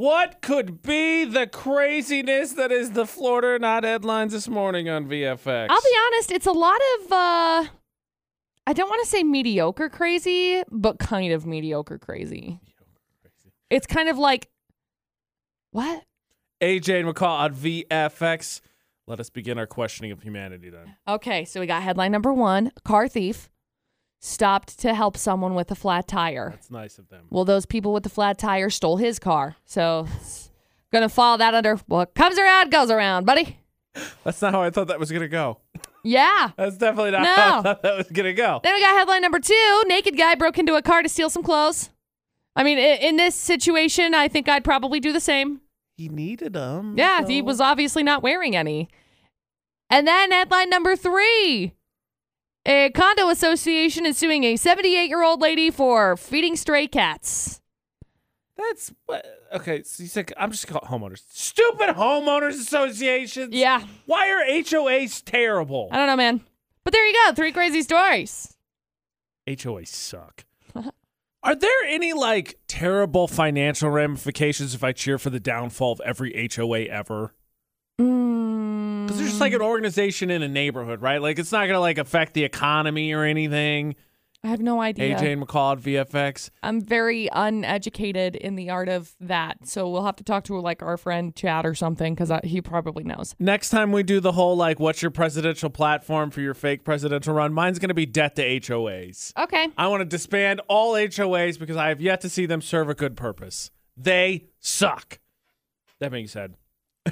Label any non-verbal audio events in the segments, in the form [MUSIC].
What could be the craziness that is the Florida Not headlines this morning on VFX? I'll be honest, it's a lot of uh I don't want to say mediocre crazy, but kind of mediocre crazy. It's kind of like what? AJ and McCall on VFX. Let us begin our questioning of humanity then. Okay, so we got headline number 1, car thief stopped to help someone with a flat tire. That's nice of them. Well, those people with the flat tire stole his car. So it's gonna fall that under what comes around goes around, buddy. That's not how I thought that was going to go. Yeah. That's definitely not how I No. thought that was going to go. Then we got headline number two Naked guy broke into a car to steal some clothes. I mean, i- in this situation, I think I'd probably do the same. He needed them. Yeah, he so- was obviously not wearing any. And then headline number three a condo association is suing a 78 year old lady for feeding stray cats. That's what- okay. So you said I'm just called homeowners. Stupid homeowners associations. Yeah, Why are HOAs terrible? I don't know, man. But there you go three crazy stories. HOAs suck. Are there any like terrible financial ramifications if I cheer for the downfall of every HOA ever? Mm. Because they're just like an organization in a neighborhood, right? Like it's not gonna like affect the economy or anything. I have no idea. AJ and McCall at VFX. I'm very uneducated in the art of that, so we'll have to talk to like our friend Chad or something because he probably knows. Next time we do the whole like, what's your presidential platform for your fake presidential run? Mine's gonna be debt to HOAs. Okay, I want to disband all HOAs because I have yet to see them serve a good purpose. They suck. That being said, [LAUGHS]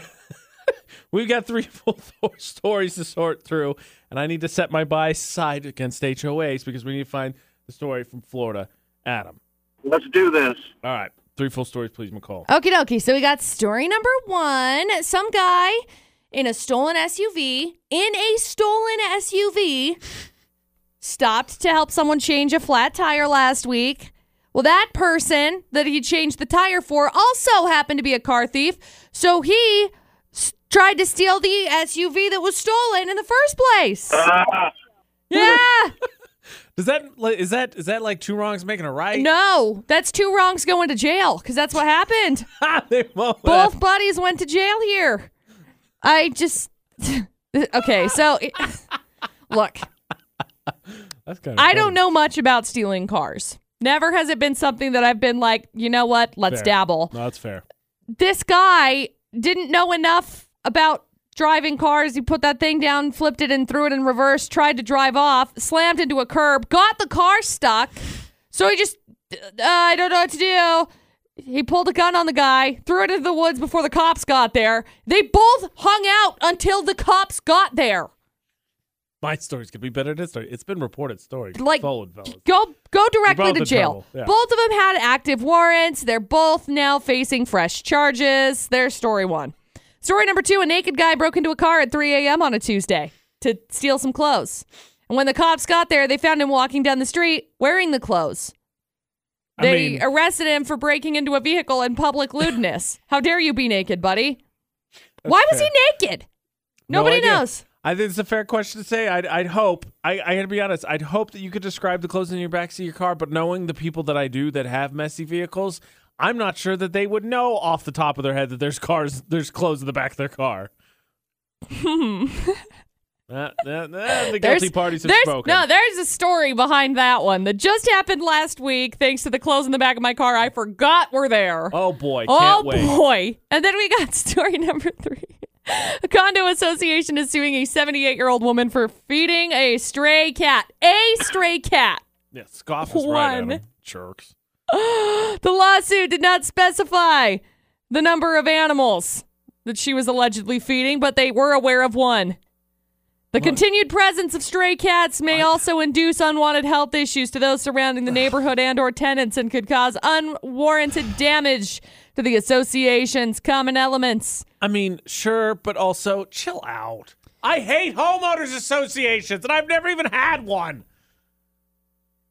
we've got three [LAUGHS] full th- stories to sort through, and I need to set my bias side against HOAs because we need to find the story from Florida. Adam. Let's do this. All right. Three full stories, please, McCall. okie dokie. So we got story number one: some guy in a stolen SUV in a stolen SUV stopped to help someone change a flat tire last week. Well, that person that he changed the tire for also happened to be a car thief, so he s- tried to steal the SUV that was stolen in the first place. Ah, Yeah. Does that like, is that is that like two wrongs making a right? No, that's two wrongs going to jail because that's what happened. [LAUGHS] They won't. Both buddies went to jail here. I just. [LAUGHS] okay, so. it- [LAUGHS] Look, That's kind of I don't know much about stealing cars. Never has it been something that I've been like, you know what, let's Fair. dabble. No, that's fair. This guy didn't know enough about driving cars. He put that thing down, flipped it, and threw it in reverse, tried to drive off, slammed into a curb, got the car stuck. So he just, uh, I don't know what to do. He pulled a gun on the guy, threw it into the woods before the cops got there. They both hung out until the cops got there. My story's gonna be better than his story. It's been reported story. Like, Solid, fellas. Go go directly both to in jail. trouble, yeah. Both of them had active warrants. They're both now facing fresh charges. There's story one. Story number two: A naked guy broke into a car at 3 a.m. on a Tuesday to steal some clothes. And when the cops got there, they found him walking down the street wearing the clothes. I They mean- arrested him for breaking into a vehicle and [LAUGHS] public lewdness. How dare you be naked, buddy? Why was fair. he naked? No Nobody idea. knows. I think it's a fair question to say. I'd, I'd hope. I, I gotta be honest. I'd hope that you could describe the clothes in your backseat of your car, but knowing the people that I do that have messy vehicles, I'm not sure that they would know off the top of their head that there's cars, there's clothes in the back of their car. [LAUGHS] Uh, uh, uh, the guilty parties have Hmm. there's- spoken. No, there's a story behind that one that just happened last week. Thanks to the clothes in the back of my car, I forgot were there. oh boy, Oh, can't wait. boy! And then we got [LAUGHS] story number three. A condo association is suing a 78 year old woman for feeding a stray cat. A stray cat. Yeah, scoff is right, One. Adam. Jerks. The lawsuit did not specify the number of animals that she was allegedly feeding, but they were aware of one. The continued presence of stray cats may also induce unwanted health issues to those surrounding [SIGHS] the neighborhood and or tenants and could cause unwarranted damage to the association's common elements. I mean, sure, but also chill out. I hate homeowners associations, and I've never even had one.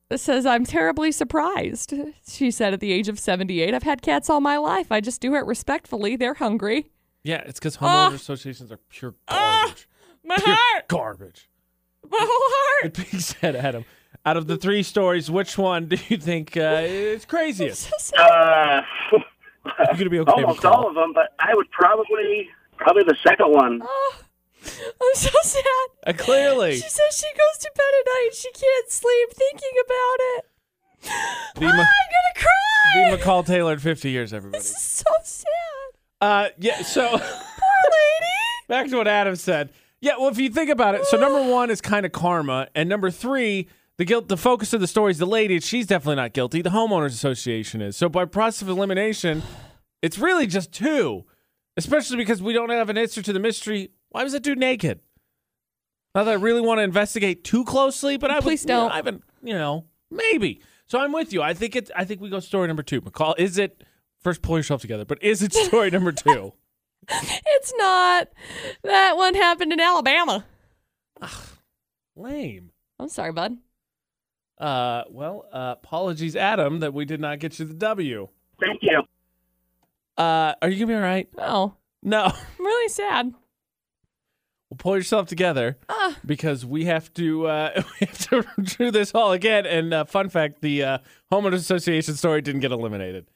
This says I'm terribly surprised. She said at the age of 78, I've had cats all my life. I just do it respectfully. They're hungry. Yeah, it's because homeowners associations are pure garbage. My Pure heart. garbage. [LAUGHS] My whole heart. [LAUGHS] That being said, Adam, out of the three stories, which one do you think uh, [LAUGHS] is craziest? uh, You're gonna be okay. Almost McCall. all of them, but I would probably probably the second one. Oh. I'm so sad. Uh, clearly, She says she goes to bed at night. She can't sleep thinking about it. the, Ah, I'm Ma- gonna the cry. McCall Taylor in 50 years, everybody. This is so sad. Uh, yeah. So [LAUGHS] Poor lady. back to what Adam said. Yeah. Well, if you think about it, so number one is kind of karma, and number three, the guilt, the focus of the story is the lady. She's definitely not guilty. The homeowners association is. So by process of elimination, it's really just two, especially because we don't have an answer to the mystery. Why was that dude naked? Not that I really want to investigate too closely, but I Please would, you know, don't. I haven't, you know, maybe. So I'm with you. I think it's. I think we go story number two. McCall, is it? First, pull yourself together. But is it story number [LAUGHS] two? It's not. That one happened in Alabama. Lame. I'm sorry, bud. Uh, well, uh, apologies, Adam, that we did not get you the W. Thank you. Uh, are you gonna be all right? Oh, No. [LAUGHS] I'm really sad. Well, pull yourself together Ah. because we have to uh, [LAUGHS] we have to do this all again. And uh, fun fact: the uh, homeowners association story didn't get eliminated.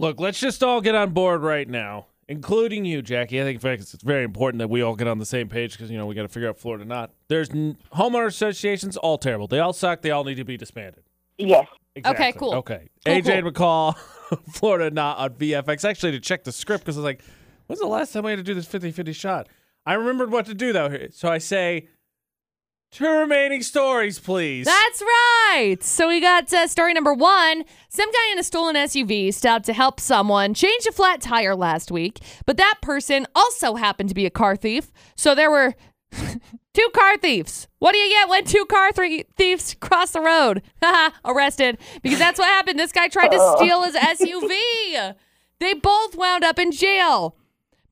Look, let's just all get on board right now, including you, Jackie. I think in fact it's very important that we all get on the same page because you know we got to figure out Florida not. There's n- homeowner associations all terrible. They all suck. They all need to be disbanded. Yes. Exactly. cool. Okay. Cool, AJ and McCall, [LAUGHS] Florida not on VFX. Actually, to check the script because I was like, when's the last time I had to do this 50 50 shot? I remembered what to do though. So I say, two remaining stories, please. That's right. So we got uh, story number one. Some guy in a stolen SUV stopped to help someone change a flat tire last week, but that person also happened to be a car thief. So there were [LAUGHS] two car thieves. What do you get when two car thre- thieves cross the road? [LAUGHS] Haha, Arrested. Because that's what happened. This guy tried to steal his SUV. They both wound up in jail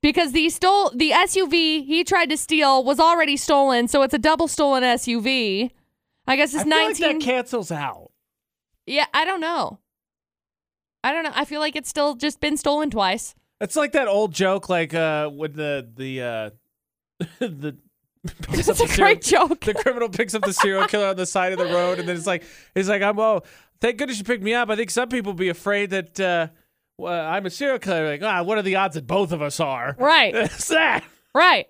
because the stole the SUV he tried to steal was already stolen, so it's a double stolen SUV. I guess I it's feel like 19. that cancels out. yeah, I don't know. I don't know. I feel like it's still just been stolen twice. It's like that old joke, like uh, when the the uh, [LAUGHS] the picks up That's a the serial- great joke. the criminal picks up the serial killer on the side of the road, and then it's like, he's like, I'm oh, thank goodness you picked me up. I think some people be afraid that uh, well, I'm a serial killer. Like, ah, what are the odds that both of us are? [LAUGHS] right. It's that. Right.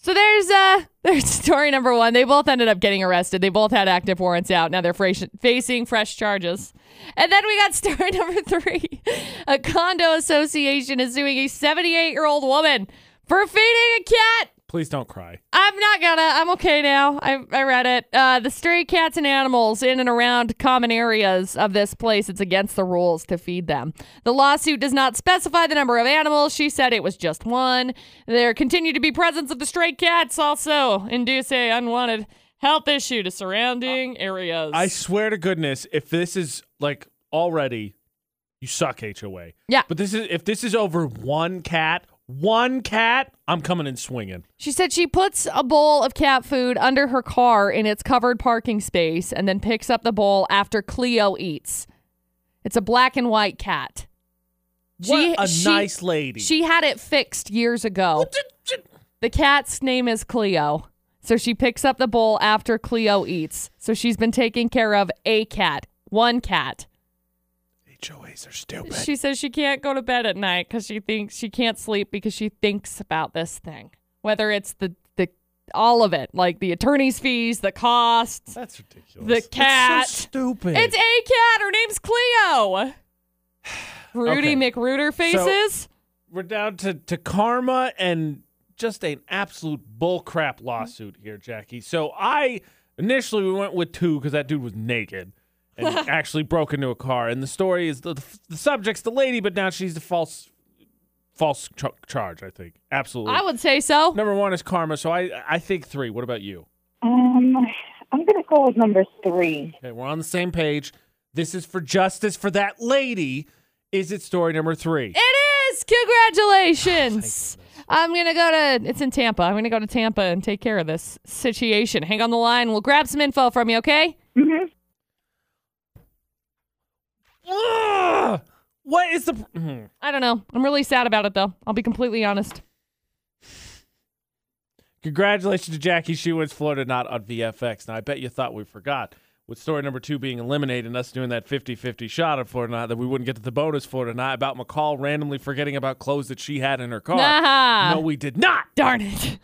So there's uh [LAUGHS] there's story number one. They both ended up getting arrested. They both had active warrants out. Now they're fresh, facing fresh charges. And then we got [LAUGHS] story number three. A condo association is suing a 78 year old woman for feeding a cat. Please don't cry. I'm not gonna. I'm okay now. I, I read it. Uh, the stray cats and animals in and around common areas of this place. It's against the rules to feed them. The lawsuit does not specify the number of animals. She said it was just one. There continue to be presence of the stray cats, also induce a unwanted health issue to surrounding areas. I swear to goodness, if this is like already, you suck HOA. Yeah. But this is if this is over one cat, one cat, I'm coming and swinging. She said she puts a bowl of cat food under her car in its covered parking space and then picks up the bowl after Cleo eats. It's a black and white cat. She- what a she- nice lady. She had it fixed years ago. The cat's name is Cleo. So she picks up the bowl after Cleo eats. So she's been taking care of a cat, one cat. HOAs are stupid. She says she can't go to bed at night because she thinks she can't sleep because she thinks about this thing, whether it's the the all of it, like the attorney's fees, the costs. That's ridiculous. The It's so cat. stupid. It's a cat. Her name's Cleo. Rudy Okay. McRuder faces. we're down to, to karma and just an absolute bullcrap lawsuit here, Jackie. So I initially we went with two because that dude was naked [LAUGHS] and actually broke into a car. And the story is the, the subject's the lady, but now she's the false false ch- charge. I think absolutely. I would say so. Number one is karma. So I I think three. What about you? Um, I'm gonna go with number three. Okay, we're on the same page. This is for justice for that lady. Is it story number three? It is. Congratulations. I'm going to go to, it's in Tampa. I'm going to go to Tampa and take care of this situation. Hang on the line. We'll grab some info from you, okay? Ugh! What is the? Mhm. I don't know. I'm really sad about it, though. I'll be completely honest. Congratulations to Jackie. She wins Florida Not on VFX. Now, I bet you thought we forgot. with story number two being eliminated and us doing that 50 50 shot of Florida Not, that we wouldn't get to the bonus Florida Not about McCall randomly forgetting about clothes that she had in her car. Ah, No, we did not. darn it.